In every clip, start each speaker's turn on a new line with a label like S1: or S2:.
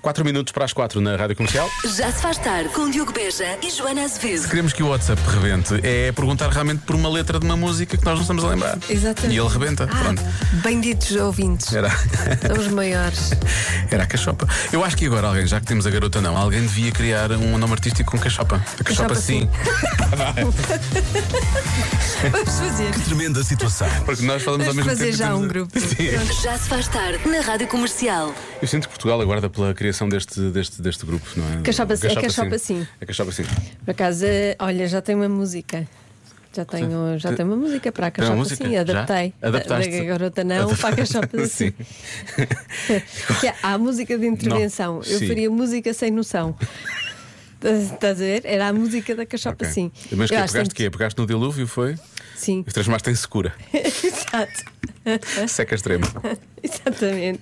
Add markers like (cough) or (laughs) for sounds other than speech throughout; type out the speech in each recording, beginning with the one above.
S1: 4 minutos para as 4 na Rádio Comercial.
S2: Já se faz tarde com Diogo Beja e Joana Azevedo.
S1: Queremos que o WhatsApp rebente é perguntar realmente por uma letra de uma música que nós não estamos a lembrar.
S3: Exatamente.
S1: E ele rebenta. Pronto.
S3: Ah, Benditos ouvintes.
S1: Era, (laughs)
S3: São os maiores.
S1: era a cachopa. Eu acho que agora alguém, já que temos a garota não, alguém devia criar um nome artístico com cachopa. A cachopa
S3: Cachopa
S1: sim.
S3: sim. Vamos fazer.
S4: Tremenda situação.
S1: (laughs) Porque nós falamos ao
S3: Vamos
S1: mesmo
S3: fazer
S1: tempo. e
S3: já
S1: temos
S3: um
S1: a-
S3: grupo.
S1: (laughs) Sim.
S2: Já se faz tarde na Rádio Comercial.
S1: Eu sinto que Portugal aguarda pela criação deste, deste, deste grupo, não é?
S3: Cachopa-
S1: O
S3: é Cachopa Sim.
S1: É cachopa sim.
S3: Por acaso, eh, olha, já tem uma música. Já tenho, já
S1: Tem-
S3: tenho uma música para a
S1: Tem uma
S3: cachopa,
S1: música?
S3: sim, adaptei.
S1: Já? Adaptaste?
S3: Da, da garota não,
S1: Adaptaste?
S3: para a
S1: (laughs)
S3: cachopa
S1: Sim.
S3: sim. que há- há a música de intervenção. Eu
S1: Sim.
S3: faria música
S1: (laughs)
S3: sem noção. Estás a ver? Era a música da cachopa
S1: Ok.
S3: sim.
S1: Mas que é-
S3: Eu acho
S1: pegaste
S3: que-
S1: quê? Pegaste no dilúvio, foi?
S3: Sim,
S1: E transformaste em secura.
S3: exato. É.
S1: Seca extremo.
S3: (laughs) Exatamente.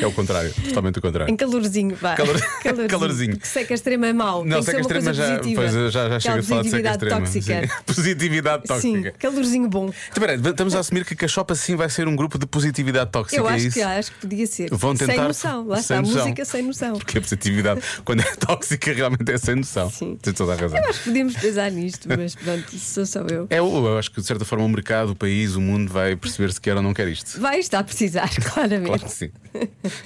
S1: É o contrário, totalmente o contrário.
S3: Em (laughs) calorzinho, vá.
S1: Calor- calorzinho.
S3: Porque seca extrema é mau.
S1: Não,
S3: Tem que ser
S1: seca
S3: uma
S1: extrema
S3: coisa
S1: já,
S3: positiva.
S1: pois, já, já chega
S3: Aquela
S1: de falar de seca
S3: positividade
S1: extrema.
S3: tóxica.
S1: Sim. (laughs) Positividade tóxica.
S3: Sim, calorzinho bom.
S1: Então, peraí, estamos a assumir que Cachopa sim vai ser um grupo de positividade tóxica.
S3: Eu
S1: é
S3: acho
S1: isso?
S3: que acho que podia ser.
S1: Vão
S3: Sem
S1: tentar-
S3: noção, lá
S1: sem
S3: está,
S1: noção.
S3: música sem noção.
S1: Porque a positividade, quando é tóxica, realmente é sem noção.
S3: Sim.
S1: Tens toda a razão.
S3: Eu acho que podíamos pensar nisto, mas pronto, sou só eu.
S1: É, eu eu acho que de certa forma o mercado, o país, o mundo vai perceber se quer ou não quer isto.
S3: Vai estar a precisar, (laughs) claramente.
S1: Claro que sim.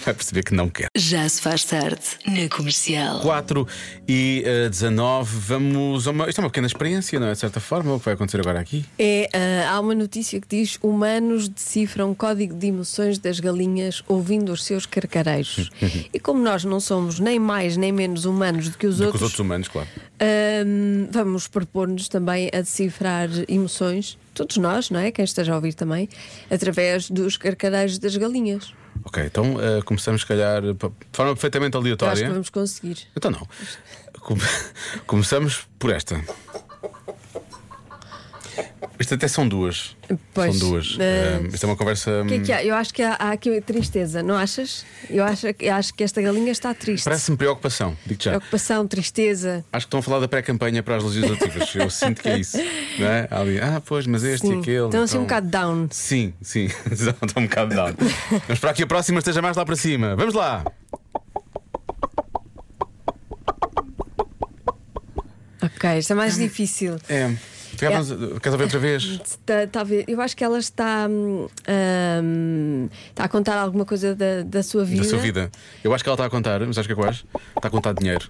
S1: Vai perceber que não quer.
S2: Já se faz tarde na Comercial.
S1: 4 e eh, 19, vamos a uma. Isto é uma pequena experiência, não é? De certa forma, o que vai acontecer agora aqui?
S3: É, ah, há uma notícia que diz: humanos decifram código de emoções das galinhas ouvindo os seus carcareiros. e como nós não somos nem mais nem menos humanos do que os
S1: Do que
S3: outros,
S1: os outros humanos, claro.
S3: Ahm, vamos propor-nos também a decifrar emoções, todos nós, não é? Quem esteja a ouvir também, através dos carcareiros das galinhas.
S1: Ok, então eh, começamos, se calhar, pa- de forma perfeitamente
S3: Eu acho que
S1: aleatória.
S3: vamos conseguir.
S1: Então, não. Come- (laughs) Começamos por esta. Isto até são duas.
S3: Pois,
S1: são duas.
S3: eh,
S1: Eh, isto é uma conversa.
S3: O que é que há? Eu acho que há, há aqui tristeza, não achas? Eu acho, que- acho que esta galinha está triste.
S1: Parece-me preocupação, digo já.
S3: Preocupação, tristeza.
S1: Acho que estão a falar da pré-campanha para as
S3: (laughs)
S1: legislativas. Eu sinto que é isso. Não é? Há ali, ah, pois, mas este e
S3: Sim.
S1: aquele.
S3: Estão assim um
S1: então-
S3: bocado down.
S1: Sim, sim, (laughs) estão um bocado
S3: (laughs)
S1: down. Vamos esperar que a próxima esteja mais lá para cima. Vamos lá!
S3: Ok, está mais difícil.
S1: É. se calhar vamos- Queres ouvir outra vez?
S3: Está- está a ver- eu acho que ela está, hum, hum, está a contar alguma coisa da, da sua vida.
S1: Da sua vida. Eu acho que ela está a contar, mas acho que é quase. Está a contar dinheiro.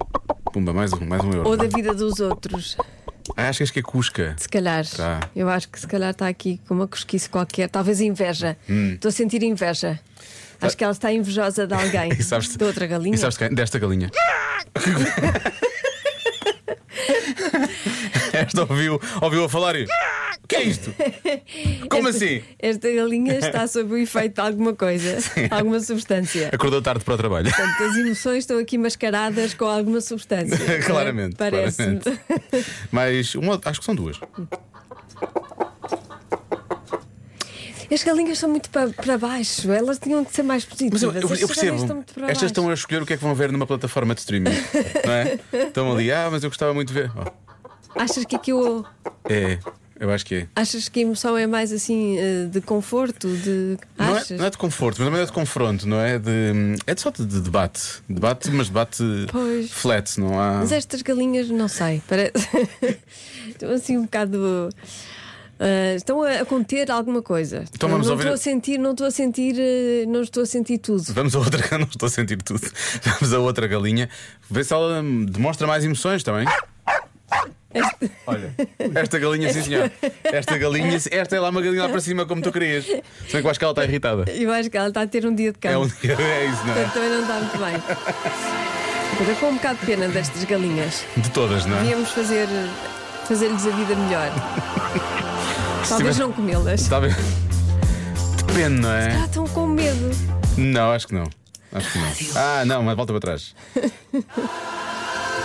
S1: Pumba, mais um, mais um euro.
S3: Ou da vida dos outros.
S1: Ah, acho que acho que é Cusca.
S3: Se calhar,
S1: Tá.
S3: eu acho que se calhar está aqui com uma cosquice qualquer, talvez inveja.
S1: Hum.
S3: Estou a sentir inveja. Acho que ela está invejosa de alguém,
S1: Tá. (laughs) E sabes-
S3: de outra galinha.
S1: E sabes de quem? Desta
S3: (laughs)
S1: galinha. Esta ouviu, ouviu a falar e. O que é isto? Como
S3: Esta-
S1: assim?
S3: Esta galinha está sob o efeito de
S1: (laughs)
S3: alguma coisa, alguma substância.
S1: Acordou tarde para o trabalho.
S3: Portanto, as emoções estão aqui mascaradas com alguma substância.
S1: (laughs) Claramente,
S3: Parece-me.
S1: Mas uma- acho que são duas.
S3: (laughs) As galinhas estão muito pa- para baixo, elas tinham que ser mais
S1: Mas
S3: positivas.
S1: eu, eu- eu
S3: Estas
S1: percebo.
S3: galinhas estão muito para
S1: Estas
S3: baixo.
S1: estão a escolher o que é que vão ver numa plataforma de streaming. não
S3: (laughs)
S1: é? Estão ali, ah, mas eu gostava muito de ver. Oh,
S3: Achas que aqui o.
S1: é, eu acho que é.
S3: Achas que a emoção é mais assim eh, de conforto? De...
S1: Não é,
S3: Achas?
S1: não é de conforto, mas também não é de confronto, não é? De, é de só de, de debate. Debate, mas debate
S3: Pois.
S1: flat, não há.
S3: Mas é estas galinhas, não sei, parece. (laughs) estão assim um bocado. ah, estão a a conter alguma coisa.
S1: Então
S3: Eu
S1: vamos
S3: não
S1: ouvir-
S3: estou a sentir, não estou a sentir, eh, não estou a sentir tudo.
S1: Vamos a outra, (laughs) não estou a sentir tudo. Vamos a outra galinha. Vê se ela hum, demonstra mais emoções também. Olha, esta galinha, sim senhor. Esta galinha, esta é lá uma galinha lá para cima, como tu querias. Se bem que eu acho que ela está irritada.
S3: Eu acho que ela está a ter um dia de
S1: É, um
S3: campo.
S1: dia, é isso, não
S3: Portanto,
S1: é?
S3: também não está muito bem. Eu estou com um bocado de pena destas galinhas.
S1: De todas, não é?
S3: Devíamos fazer, fazer-lhes a
S1: (laughs)
S3: vida melhor. Talvez
S1: tivesse-
S3: não comê-las.
S1: Talvez. Depende, não é?
S3: Ah, estão com medo.
S1: Não, acho que não. Acho que não. Ah, não, mas volta para trás.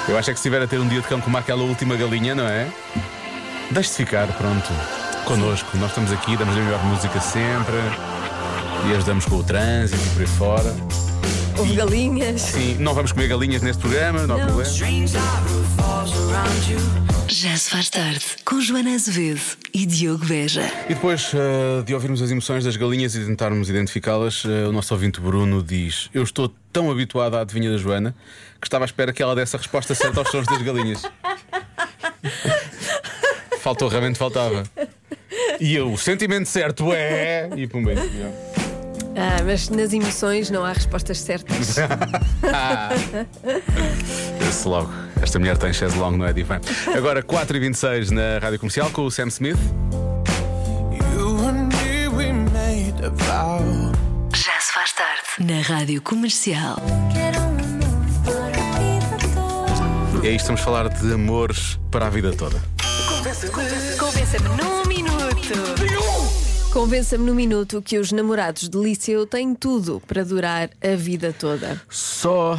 S1: Eu acho é que se estiver a ter um dia de campo como aquela última galinha, não é? Deixe-te ficar, pronto. Connosco. Nós estamos aqui, damos a melhor música sempre e ajudamos com o trânsito e por aí fora.
S3: Houve galinhas.
S1: Sim, não vamos comer galinhas neste programa, não há
S3: Não.
S1: problema.
S2: Já se faz tarde com Joana Azevedo e Diogo Veja.
S1: E depois eh, de ouvirmos as emoções das galinhas e tentarmos identificá-las, eh, o nosso ouvinte Bruno diz: Eu estou tão habituado à adivinha da Joana que estava à espera que ela desse a resposta certa aos sons das galinhas. (laughs) Faltou, realmente faltava. E eu, o sentimento certo é. E pum, bem.
S3: Ah, mas nas emoções não há respostas certas.
S1: Esse logo. Esta mulher tem chaise longo, não é, Divan? Agora, 4h26 na rádio comercial com o Sam Smith.
S4: You and me, we made a vow.
S2: Já se faz tarde na Rádio Comercial.
S1: E aí estamos a falar de amores para a vida toda.
S2: Convença-me num minuto.
S3: Convença-me no minuto que os namorados de liceu têm tudo para durar a vida toda.
S1: Só,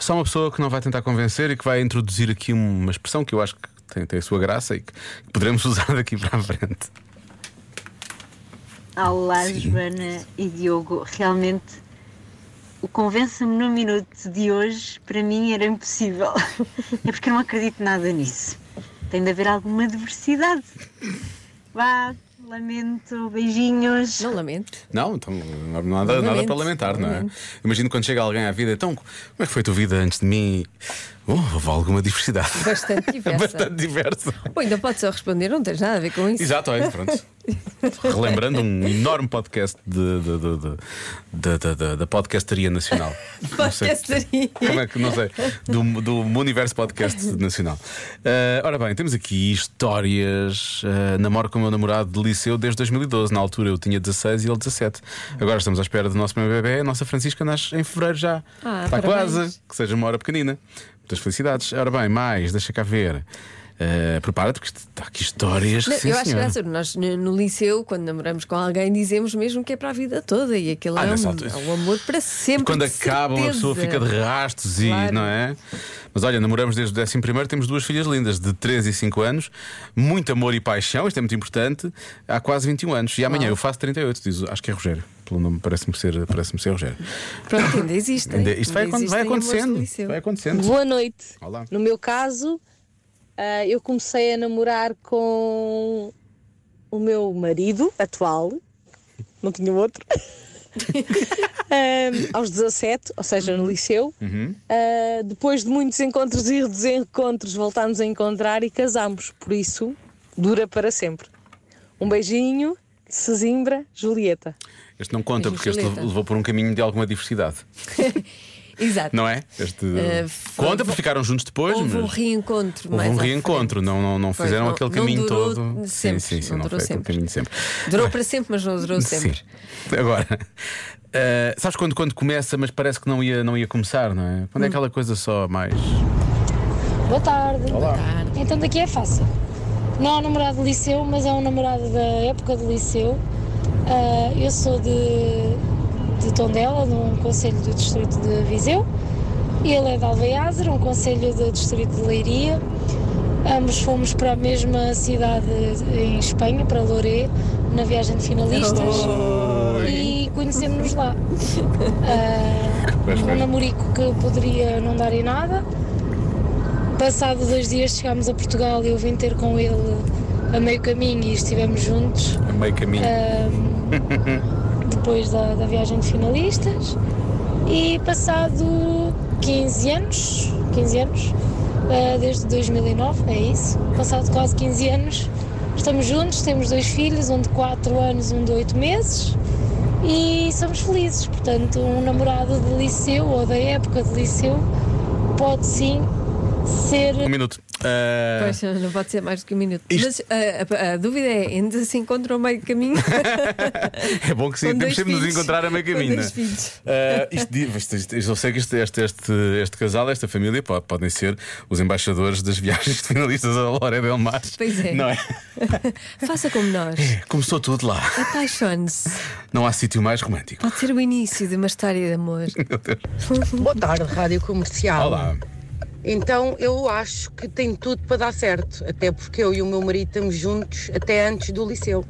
S1: só uma pessoa que não vai tentar convencer e que vai introduzir aqui uma expressão que eu acho que tem, tem a sua graça e que poderemos (laughs) usar daqui para a frente.
S5: Olá, Joana e Diogo. Realmente, o convença-me no minuto de hoje, para mim era impossível. (laughs) É porque eu não acredito nada nisso. Tem de haver alguma diversidade. Vá, lamento, beijinhos.
S3: Não lamento.
S1: Não, então não há nada, nada
S3: Lamento,
S1: para lamentar, não é?
S3: lamento.
S1: Imagino quando chega alguém à vida, então, como é que foi a tua vida antes de mim? Bom, houve alguma diversidade. (laughs)
S3: Bastante diversa.
S1: Bastante diversa.
S3: Ou ainda pode só responder, não tens nada a ver com isso.
S1: Exato, olha, pronto.
S3: (laughs)
S1: Relembrando um enorme podcast de, de, de, de- de- de- de- da Podcastaria Nacional. Não sei-
S3: Podcastaria.
S1: Como é que não sei? Do, do Universo Podcast Nacional. Ah, ora bem, temos aqui histórias. Ah, namoro com o meu namorado de liceu desde 2012. Na altura eu tinha 16 e ele 17. Agora estamos à espera do nosso primeiro bebê. A nossa Francisca nasce em fevereiro já.
S3: Ah,
S1: Está
S3: parabéns.
S1: quase que seja uma hora pequenina. Muitas felicidades. Ora bem, mais, deixa cá ver. Eh, Prepara-te, porque está aqui histórias.
S3: Não,
S1: sim,
S3: eu acho
S1: senhora.
S3: graça, nós no no liceu, quando namoramos com alguém, dizemos mesmo que é para a vida toda e aquele
S1: Ah,
S3: é,
S1: nessa
S3: um,
S1: altura-
S3: é um amor para sempre.
S1: Quando
S3: de
S1: acaba, uma pessoa
S3: certeza.
S1: fica de rastos e
S3: Claro.
S1: não é? Mas olha, namoramos desde o 11 primeiro, temos duas filhas lindas de 13 e 5 anos, muito amor e paixão, isto é muito importante, há quase 21 anos. E amanhã eu faço 38, diz, acho que é Rogério, pelo nome parece-me ser, parece ser Rogério.
S3: Pronto, ainda existe.
S1: Ainda- isto vai, acon- vai acontecendo, vai acontecendo.
S6: Boa noite.
S1: Olá.
S6: No meu caso, ah, eu comecei a namorar com o meu marido atual, não tinha outro, Ahm, aos 17, ou seja, no liceu. Ah, depois de muitos encontros e desencontros, voltámos a encontrar e casámos. Por isso, dura para sempre. Um beijinho, Sesimbra, Julieta.
S1: Este não conta, porque este
S3: Julieta.
S1: levou por um caminho de alguma diversidade,
S3: Exato.
S1: não é? Este
S3: Eh,
S1: conta,
S3: foi-
S1: porque ficaram juntos depois,
S3: Houve um
S1: mas-
S3: reencontro.
S1: Houve
S3: mais
S1: um
S3: à frente.
S1: reencontro, não, não, não
S3: Pois,
S1: fizeram
S3: não-
S1: aquele
S3: não
S1: caminho
S3: durou
S1: todo.
S3: sempre,
S1: sim, sim, sim,
S3: não
S1: não,
S3: durou
S1: foi aquele
S3: sempre.
S1: caminho de sempre.
S3: Durou para sempre, mas não durou sempre.
S1: Sim. Agora, (laughs) eh, sabes quando, quando começa, mas parece que não ia, não ia começar, não é?
S3: Hum.
S1: Quando é aquela coisa só mais.
S7: Boa tarde. Então daqui é fácil. Não é um namorado de liceu, mas é um namorado da época do liceu. Ah, eu sou de, de Tondela, num conselho do distrito de Viseu. Ele é de Alveiazer, um conselho do distrito de Leiria. Ambos fomos para a mesma cidade em Espanha, para Loré, na viagem de finalistas. E conhecemos-nos lá. Ah,
S1: Pois,
S7: um
S1: pois.
S7: namorico que poderia não dar em nada. Passado dois dias chegámos a Portugal e eu vim ter com ele a meio caminho e estivemos juntos
S1: a meio caminho.
S3: Eh,
S7: depois da, da viagem de finalistas. E passado 15 anos, 15 anos, eh, desde 2009, é isso, passado quase 15 anos, estamos juntos, temos dois filhos, um de 4 anos, um de 8 meses. E somos felizes, portanto, um namorado de liceu ou da época de liceu pode sim ser
S1: Um minuto. Eh,
S3: Pois, não pode ser mais do que um minuto.
S1: Isto-
S3: Mas ah, a, a dúvida é: ainda se encontram meio
S1: (laughs)
S3: caminho?
S1: (laughs) é bom que sim,
S3: Com
S1: temos
S3: dois
S1: sempre de nos
S3: filhos.
S1: encontrar a meio
S3: Com
S1: caminho.
S3: dois
S1: não é?
S3: filhos.
S1: Eh, isto di- isto- isto- isto- eu sei que isto- este, este, este casal, esta família, po- podem ser os embaixadores das viagens de finalistas a Loré Del Mar.
S3: Pois é.
S1: Não é?
S3: Faça como nós.
S1: Começou tudo lá.
S3: Apaixone-se.
S1: Não há sítio mais romântico.
S3: Pode ser o início de uma história de amor.
S1: Meu Deus.
S8: Boa tarde, Rádio Comercial.
S1: Olá.
S8: Então, eu acho que tem tudo para dar certo, até porque eu e o meu marido estamos juntos até antes do liceu,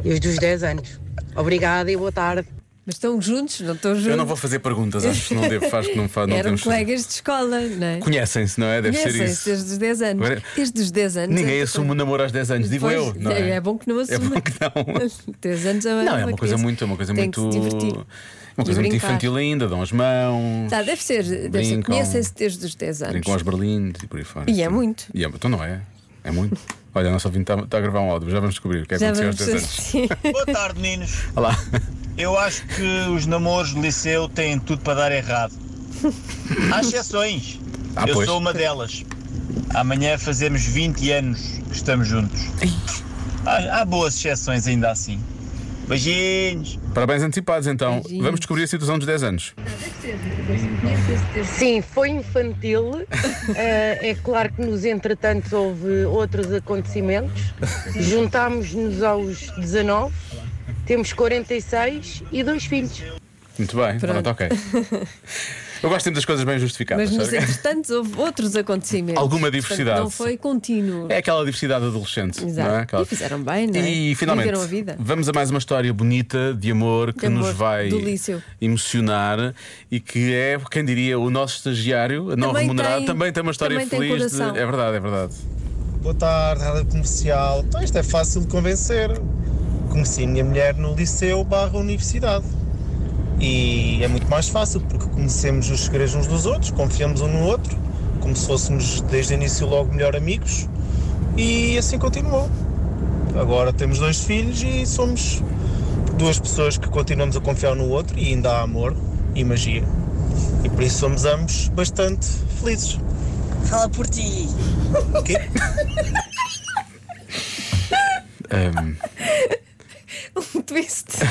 S8: desde os 10 anos. Obrigada e boa tarde.
S3: Estão juntos, não estão juntos.
S1: Eu não vou fazer perguntas, acho que não devo, acho que não, fa- não
S3: Eram
S1: temos.
S3: colegas de escola, não é?
S1: Conhecem-se, não é? Deve ser
S3: um Conhecem-se
S1: isso.
S3: desde os 10 anos.
S1: Agora-
S3: Desde os 10 anos.
S1: Ninguém
S3: é-
S1: assume o namoro aos 10 anos, digo
S3: Pois,
S1: eu, não é?
S3: é bom que não
S1: É bom
S3: assuma.
S1: que
S3: (laughs)
S1: não.
S3: 10 anos é
S1: Não, é uma coisa
S3: criança.
S1: muito, é uma coisa
S3: Tem
S1: muito.
S3: Que se divertir.
S1: Uma
S3: E
S1: coisa muito
S3: brincar.
S1: infantil ainda, dão as mãos,
S3: Tá, deve ser, deve ser.
S1: Brincam.
S3: Conhecem-se desde os 10 anos.
S1: brincam aos berlindes e por aí fora.
S3: E é muito.
S1: E é- então não é? É muito. Olha, a nossa ouvinte está a gravar um áudio, já vamos descobrir o que é que
S3: Já
S1: aconteceu aos
S3: vamos
S1: 10 anos.
S3: assim.
S9: Boa tarde, meninos.
S1: Olha lá.
S9: Eu acho que os namoros do liceu têm tudo para dar errado. Há exceções.
S1: Ah,
S9: Eu
S1: pois.
S9: sou uma delas. Amanhã fazemos 20 anos que estamos juntos. Há, há boas exceções ainda assim. Beijinhos.
S1: Parabéns antecipados, então. Vamos descobrir a situação dos 10 anos.
S8: Sim, foi infantil. (laughs) Ah, é claro que nos entretanto houve outros acontecimentos. Juntámos-nos aos 19, temos 46 e dois filhos.
S1: Muito bem, pronto,
S3: (laughs)
S1: ok. Eu gosto sempre das coisas bem justificadas.
S3: Mas nos
S1: sabe?
S3: entretantos houve outros acontecimentos.
S1: Alguma
S3: Portanto,
S1: diversidade.
S3: não foi contínuo.
S1: É aquela diversidade adolescente.
S3: Exato.
S1: Não é? Aquela-
S3: E fizeram bem, não é?
S1: E finalmente,
S3: Viveram a vida. (laughs)
S1: vamos a mais uma história bonita de amor que
S3: De amor,
S1: nos vai
S3: do Lício.
S1: emocionar e que é, quem diria, o nosso estagiário, não
S3: Também
S1: remunerado,
S3: tem-
S1: também tem uma história
S3: também tem
S1: feliz.
S3: coração.
S1: É verdade, é verdade.
S10: Boa tarde, Rádio Comercial. Então, isto é fácil de convencer. Conheci a minha mulher no liceu barra universidade. E é muito mais fácil, porque conhecemos os segredos uns dos outros, confiamos um no outro, como se fôssemos desde o início logo melhor amigos, e assim continuou. Agora temos dois filhos e somos duas pessoas que continuamos a confiar no outro, e ainda há amor e magia. E por isso somos ambos bastante felizes.
S11: Fala por ti.
S1: Ahm,
S3: Um twist. (laughs)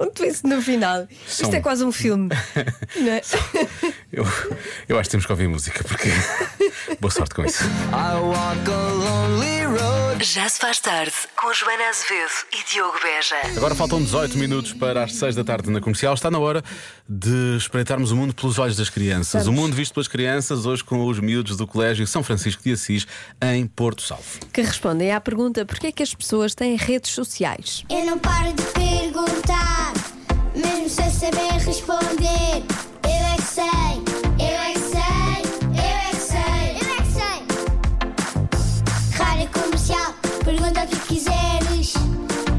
S3: Um twist no final.
S1: São-
S3: Isto é quase
S1: (laughs)
S3: um filme. não é?
S1: eu, eu acho que temos que ouvir música,
S3: (laughs)
S1: porque. Boa sorte com isso.
S2: Já se faz tarde com Joana Azevedo e Diogo Beja.
S1: Agora faltam 18 minutos para as 6 da tarde na comercial. Está na hora de espreitarmos o mundo pelos olhos das crianças. O mundo visto pelas crianças, hoje com os miúdos do Colégio São Francisco de Assis, em Porto Salvo.
S3: Que respondem à pergunta: porquê é que as pessoas têm redes sociais?
S12: Eu não paro de perguntar, mesmo sem saber responder. Eu é que sei, eu é que sei, eu é que sei, eu é que sei. Rádio comercial, pergunta o que quiseres.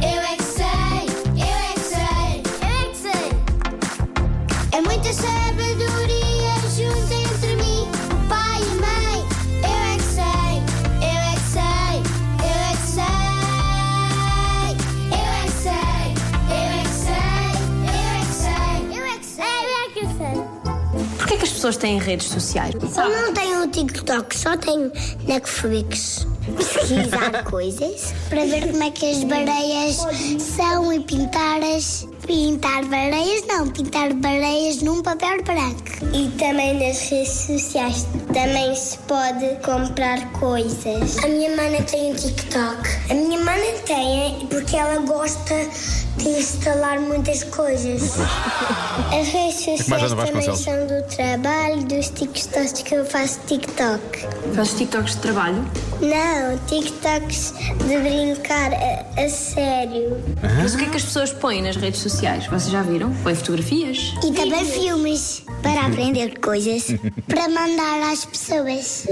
S12: Eu é que sei, eu é que sei, eu é que sei. É muita sabedoria junta entre mim, o pai e a mãe. Eu é que sei, eu é que sei, eu é que sei. Eu é que sei, eu é que sei, eu é que sei, eu é que sei, eu é que sei.
S11: Porquê é que as pessoas têm redes sociais?
S12: Eu não tenho o TikTok, só tenho Netflix. (laughs) Pesquisar coisas para ver como é que as baleias são e pintar as. Pintar baleias não, pintar baleias num papel branco. E também nas redes sociais também se pode comprar coisas. A minha mana tem o TikTok. A minha mana tem, é porque ela gosta de instalar muitas coisas. As redes
S1: é mais
S12: sociais
S1: Ana
S12: também
S1: Vasconcelos?
S12: são do trabalho, dos TikToks que eu faço TikTok.
S11: Fazes TikToks de trabalho?
S12: Não, TikToks de brincar a, a sério.
S11: Mas o que é que as pessoas põem nas redes sociais? Vocês já viram? Põem fotografias?
S12: E também filmes para aprender coisas para mandar às pessoas.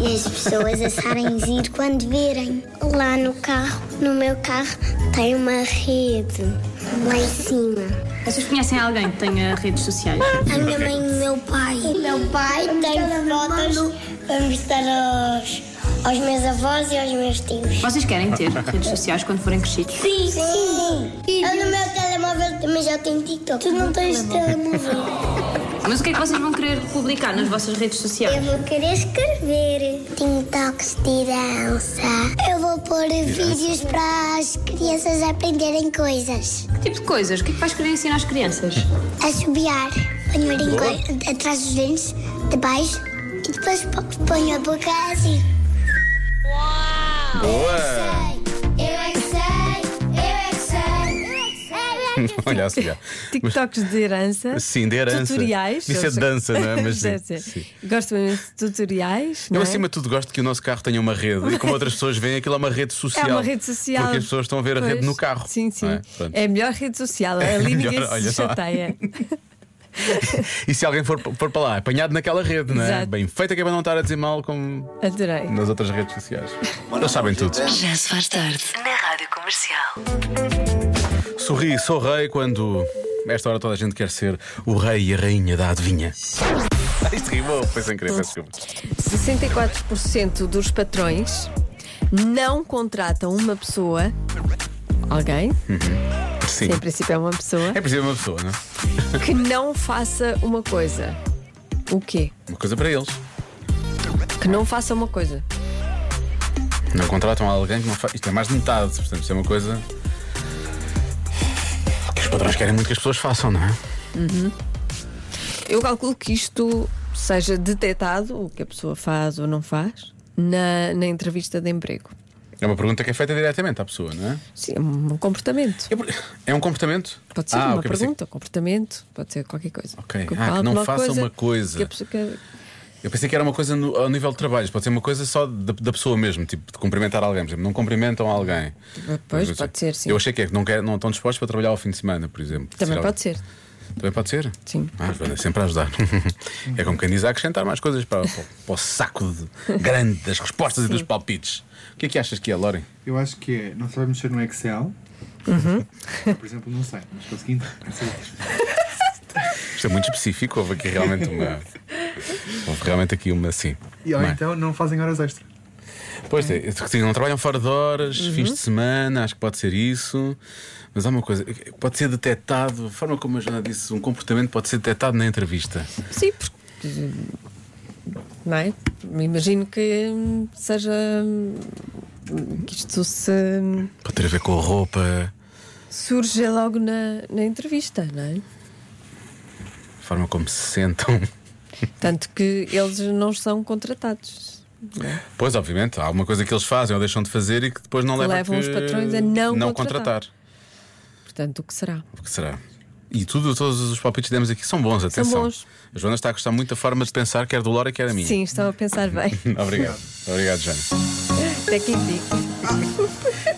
S12: E as pessoas acharem ir quando virem. Lá no carro, no meu carro, Ah, tem uma rede lá em cima.
S11: Vocês conhecem alguém que tenha redes sociais?
S12: A minha mãe e o meu pai. O meu pai tem fotos para mostrar aos, aos meus avós e aos meus tios.
S11: Vocês querem ter redes sociais quando forem crescidos?
S12: Sim, sim. Eu no meu telemóvel também já tenho TikTok. Tu não tens telemóvel?
S11: Mas o que é que vocês vão querer publicar nas vossas redes sociais?
S12: Eu vou querer escrever. TikToks de dança. Eu vou pôr vídeos para as crianças aprenderem coisas.
S11: Que tipo de coisas? O que é que vais querer ensinar às crianças?
S12: A subiar. Ponho o língua atrás dos dentes, de baixo. E depois po- ponho a boca assim.
S1: Boa!
S12: Eu é que sei, eu é que sei, eu é que sei, eu é que sei.
S1: (laughs) Olha, se calhar.
S3: TikToks de herança.
S1: Sim, de herança.
S3: Tutoriais.
S1: Isso é de dança, não
S3: (laughs)
S1: é? Mas
S3: Deve
S1: sim,
S3: ser.
S1: sim.
S3: Gosto imenso de tutoriais.
S1: Eu,
S3: não é?
S1: acima de tudo, gosto que o nosso carro tenha uma rede. E como outras pessoas veem, aquilo é uma rede social.
S3: É uma rede social.
S1: Porque as pessoas estão a ver a
S3: Pois.
S1: rede no carro.
S3: Sim, sim.
S1: não é? Pronto.
S3: É a melhor rede
S1: (laughs)
S3: social.
S1: É a
S3: Ali
S1: melhor,
S3: ninguém
S1: olha
S3: se
S1: só. (laughs)
S3: chateia.
S1: E se alguém for, for para lá, é apanhado naquela rede, não é?
S3: Exato.
S1: Bem feita que é para não estar a dizer mal como
S3: Adorei.
S1: nas outras redes (laughs) sociais. Eles sabem tudo.
S2: Já se faz tarde na Rádio Comercial.
S1: Sorri, sou rei quando. Esta hora toda a gente quer ser o rei e a rainha da adivinha. (laughs) Isto rimou, foi sem querer, peço desculpa.
S3: 64% dos patrões não contratam uma pessoa, alguém,
S1: Uhum. Sim.
S3: se em princípio é uma pessoa,
S1: É preciso uma pessoa, não é?
S3: que não faça uma coisa. O quê?
S1: Uma coisa para eles.
S3: Que não faça uma coisa.
S1: Não contratam alguém que não faz. Isto é mais de metade, portanto, isto é uma coisa. que os patrões querem muito que as pessoas façam, não é?
S3: Uhum. Eu calculo que isto seja detectado, o que a pessoa faz ou não faz, na, na entrevista de emprego.
S1: É uma pergunta que é feita diretamente à pessoa, não é?
S3: Sim, é um comportamento.
S1: É um comportamento?
S3: Pode ser
S1: Ah,
S3: uma
S1: ok, pensei-
S3: pergunta, um comportamento, pode ser qualquer coisa.
S1: Ok.
S3: Que
S1: Ah, que não
S3: alguma
S1: faça uma coisa.
S3: que a pessoa quer-
S1: Eu pensei que era uma coisa no- ao nível de trabalhos, pode ser uma coisa só da, da pessoa mesmo, tipo de cumprimentar alguém, por exemplo. Não cumprimentam alguém.
S3: Pois,
S1: Mas,
S3: pode ser, sim.
S1: Eu achei que é que não, quer, não estão dispostos para trabalhar ao fim de semana, por exemplo.
S3: Também
S1: Será-
S3: pode ser.
S1: Também pode ser?
S3: Sim.
S1: Ah, Joana, sempre a ajudar. (laughs) é como quem diz, há que acrescentar mais coisas para, para- para o saco de- grande das respostas e dos palpites. O que é que achas que é, Loren?
S13: Eu acho que é, não sabe mexer no Excel.
S1: Uhum.
S13: Eu, (laughs) por exemplo, não sei, mas consegui entrar.
S1: Isto é muito específico, houve aqui realmente uma. Houve realmente aqui uma, sim.
S13: E ou então não fazem horas extra.
S1: Pois é, sim, não trabalham fora de horas,
S13: Uhum.
S1: fins de semana, acho que pode ser isso. Mas há uma coisa, pode ser detectado, a forma como a Joana disse, um comportamento pode ser detectado na entrevista.
S3: Sim, porque. Não é? Imagino que hum, seja. hum, que isto se.
S1: Pode ter a ver com a roupa,
S3: surge logo na, na entrevista, não é?
S1: a forma como se sentam. (laughs)
S3: Tanto que eles não são contratados. não é?
S1: Pois, obviamente, há alguma coisa que eles fazem ou deixam de fazer e que depois não leva
S3: Levam
S1: que-
S3: os patrões a não
S1: contratar.
S3: contratar. Portanto, o que será?
S1: O que será? E tudo, todos os palpites que demos aqui são bons, atenção.
S3: bons.
S1: A Joana está a gostar muito da forma de pensar, quer do Laura, quer a minha.
S3: Sim, estão a pensar bem.
S1: (laughs) Obrigado. Obrigado, Joana.
S3: Até que indique.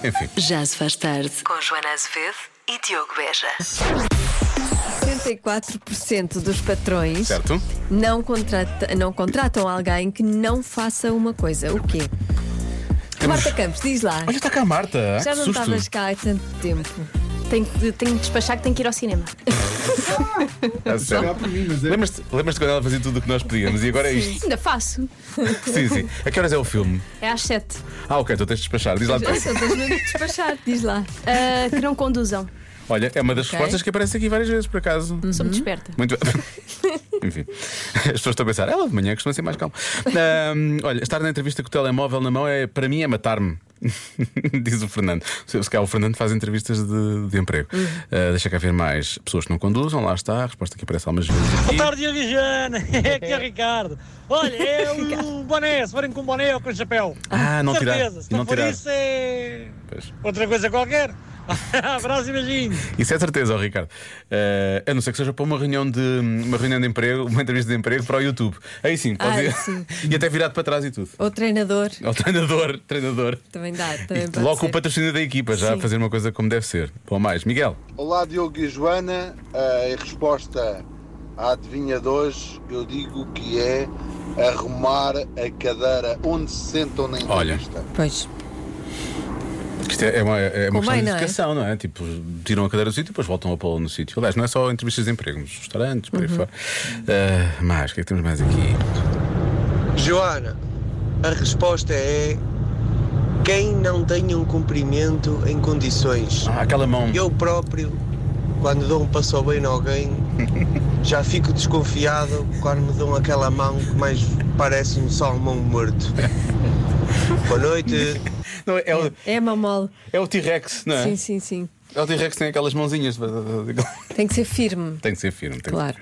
S1: Enfim.
S2: Já se faz tarde com Joana Azevedo e Diogo Beja.
S3: 64% dos patrões
S1: Certo?
S3: não, contrata, não contratam alguém que não faça uma coisa. O quê? Marta Campos, diz lá.
S1: Olha, está cá a Marta. Ah,
S11: Já
S1: que
S11: não
S1: susto.
S11: estavas
S3: cá há tanto tempo.
S11: Tenho que, tenho que despachar que tenho que ir ao cinema.
S1: Ah, sério. Lembras-te lembras-te quando ela fazia tudo o que nós pedíamos e agora é isto?
S11: Ainda faço.
S1: Sim, sim. A que horas é o filme?
S11: É às sete.
S1: Ah, ok, tu tens de despachar. Diz lá depressa.
S11: Só tens mesmo que despachar, diz lá. Ah, que não conduzam.
S1: Olha, é uma das
S11: Ok.
S1: respostas que aparece aqui várias vezes, por acaso. Uhum.
S11: Sou muito esperta.
S1: Muito bem. (laughs) Enfim, as pessoas estão a pensar, ela de manhã costuma ser mais calma. Ahm, olha, estar na entrevista com o telemóvel na mão é, para mim, é matar-me. (laughs) Diz o Fernando. Se se calhar o Fernando faz entrevistas de, de emprego.
S11: Uhum.
S1: Ah, deixa cá ver mais pessoas que não conduzam, lá está, a resposta que aparece algumas vezes.
S14: Boa tarde, Diogo e Jana. (laughs) Aqui é o Ricardo.
S1: (laughs)
S14: Olha, é o boné. Se forem com um boné ou com chapéu.
S1: Ah, não tirar.
S14: Certeza. Se
S1: E
S14: não,
S1: não
S14: for
S1: tirar.
S14: isso, é
S1: Pois.
S14: outra coisa qualquer. (laughs) Abraço e beijinho.
S1: Isso é certeza, ó, Ricardo. Ah, a não ser que seja para uma reunião de uma reunião de emprego, (laughs) uma entrevista de emprego para o YouTube. Aí sim, pode
S3: Ah,
S1: ir.
S3: sim.
S1: (laughs) e até virado para trás e tudo.
S3: Ou treinador.
S1: Ao treinador, treinador.
S3: Também dá, também pode
S1: Logo
S3: ser.
S1: o patrocínio da equipa, já a fazer uma coisa como deve ser. Ou mais, Miguel.
S15: Olá, Diogo e Joana. Eh, em resposta à adivinha de hoje, eu digo que é arrumar a cadeira onde se sentam na
S1: Olha.
S15: entrevista.
S3: Pois.
S1: Isto é é uma, é uma
S15: Convém,
S1: questão de
S15: não é?
S1: educação, não é? Tipo, tiram a cadeira do sítio e depois voltam a pô-la no sítio. Aliás, não é só entrevistas de emprego, nos restaurantes, por aí
S15: Uhum.
S1: fora. Ah, mais, o que é que temos mais aqui?
S16: Joana, a resposta é quem não tenha um cumprimento em condições.
S1: Ah, aquela mão.
S16: Eu próprio, quando dou um passo ao bem a alguém, já fico desconfiado quando me dão aquela mão que mais parece um salmão morto. Boa noite.
S1: é, o,
S3: é mamol.
S1: É o T-Rex, não é?
S3: Sim, sim, sim.
S1: É o T-Rex que tem aquelas mãozinhas.
S3: Tem que ser firme.
S1: Tem que ser firme, tem
S3: Claro.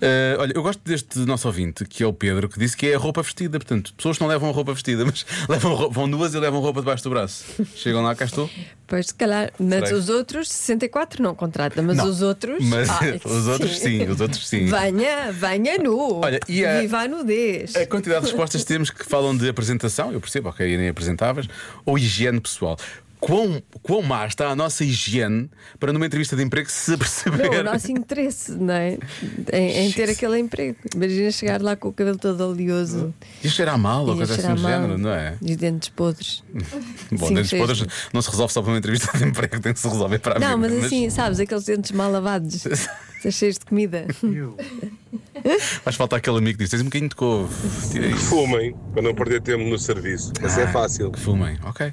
S1: Eh, olha, eu gosto deste nosso ouvinte, que é o Pedro, que disse que é a roupa vestida. Portanto, pessoas que não levam roupa vestida, (laughs) mas levam roupa, vão duas e levam roupa debaixo do braço. Chegam lá, cá estou.
S3: Pois, se calhar, mas
S1: Serei.
S3: os outros, 64 não contrata, mas
S1: Não.
S3: os outros.
S1: Mas
S3: Ah,
S1: (laughs) os outros sim, os outros sim.
S3: Venha, venha nu.
S1: Olha, e a-
S3: Viva a nudez.
S1: A quantidade de respostas que temos que falam de apresentação, eu percebo, ok, nem apresentáveis, ou higiene pessoal. Quão, quão má está a nossa higiene para numa entrevista de emprego se perceber?
S3: Não, o nosso interesse, não é? Em, em ter aquele emprego. Imagina chegar lá com o cabelo todo oleoso.
S1: (laughs) E cheirar mal, ou
S3: E a
S1: coisa assim
S3: cheirar
S1: do
S3: mal.
S1: género, não é?
S3: E os dentes podres.
S1: Bom,
S3: Sim,
S1: dentes
S3: fez-
S1: podres não se resolve só para uma entrevista de (laughs) emprego, tem que se resolver para a
S3: Não,
S1: vida,
S3: mas assim, sabes, aqueles dentes mal lavados,
S1: (laughs)
S3: estás cheios de comida.
S1: Faz falta aquele amigo que diz: tens um bocadinho de couve. Tira isso.
S12: Fumem, para não perder tempo no serviço. Mas é
S1: Ah,
S12: fácil.
S1: Que fumem, ok.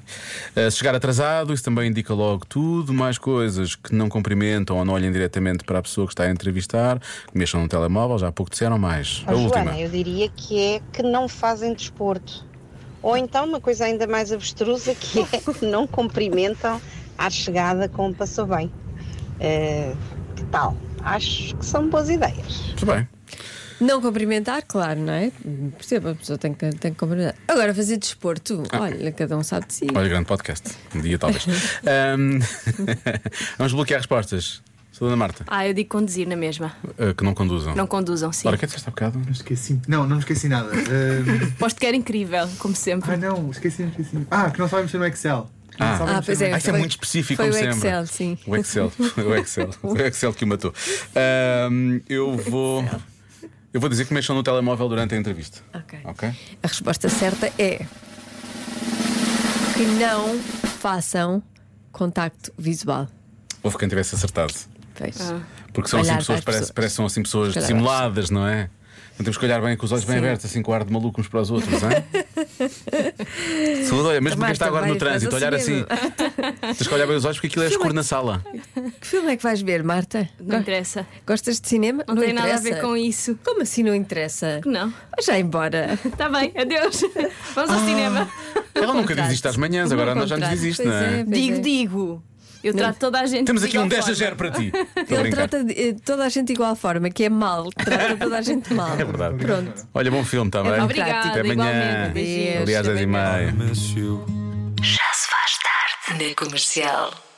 S1: Eh, se chegar atrasado, isso também indica logo tudo, mais coisas que não cumprimentam ou não olhem diretamente para a pessoa que está a entrevistar, que mexam no telemóvel, já há pouco disseram mais.
S5: Ó,
S1: a última.
S5: Joana, eu diria que é que não fazem desporto. Ou então uma coisa ainda mais abstrusa que é (laughs) que não cumprimentam à chegada com o passou bem. Eh, que tal? Acho que são boas ideias.
S1: Muito bem.
S3: Não cumprimentar, claro, não é? Percebo, a pessoa tem que, tem que cumprimentar. Agora, fazer desporto,
S1: Ah.
S3: olha, cada um sabe de si.
S1: Olha, grande podcast. Um dia talvez. Ahm, (laughs) Vamos bloquear respostas. Sou Dona Marta,
S6: Ah, eu digo conduzir na mesma.
S1: eh, que não conduzam.
S6: Não conduzam, sim.
S1: Ora, o que é que disseste há bocado?
S8: Não esqueci. Não, não me esqueci nada. Ah,
S6: Posto que era incrível, como sempre.
S8: Ah, não, esqueci, esqueci. Ah, que não sabem mexer no Excel. Que não
S1: Ah.
S8: sabem
S1: Ah,
S8: mexer
S1: pois é,
S8: no
S1: Ah, isso é
S8: Excel.
S1: muito específico, como sempre.
S3: sim.
S1: O Excel, o Excel,
S3: (laughs)
S1: o Excel que o matou. Ahm, eu vou. Eu vou dizer que mexam no telemóvel durante a entrevista.
S3: Ok.
S1: Ok?
S3: A resposta certa é que não façam contacto visual.
S1: Houve quem tivesse acertado.
S3: Pois.
S6: Ah.
S1: Porque são assim
S3: Olhar para
S1: pessoas,
S3: as
S1: parece, parece, são assim pessoas
S3: Se calhar
S1: dissimuladas, não é? Então temos que olhar bem com os olhos bem
S3: Sim.
S1: abertos, assim com ar de maluco uns para os outros, não
S3: (laughs)
S1: é? Saúde, olha, mesmo quem
S3: Tomás,
S1: está agora no
S3: também faz
S1: trânsito, olhar assim. Tens que olhar bem os olhos porque aquilo é escuro na sala.
S3: Que filme é que vais ver, Marta? Não interessa. Gostas de cinema?
S6: Não tem nada a ver com
S3: isso. Como assim não interessa?
S6: (laughs)
S3: não. Vai já embora.
S6: Está Tá bem, adeus. (laughs) Vamos ao cinema.
S1: Ela nunca diz isto às manhãs, agora nós já nos diz isto, não é?
S6: Digo, digo. Eu trato toda a gente.
S1: Temos
S6: de
S1: aqui um 10
S6: igual
S1: a
S6: forma.
S1: 0 para
S3: (laughs)
S1: ti. Estou a
S3: Ele
S1: brincar.
S3: trata de- eh, toda a gente de igual forma, que é mal. Trata toda a gente mal.
S1: É verdade.
S3: Pronto.
S1: Olha, bom filme, está bem?
S3: É Obrigada,
S1: Até amanhã.
S3: igualmente. Beijinhos.
S1: Aliás, às 10h30.
S2: Já se faz tarde na comercial.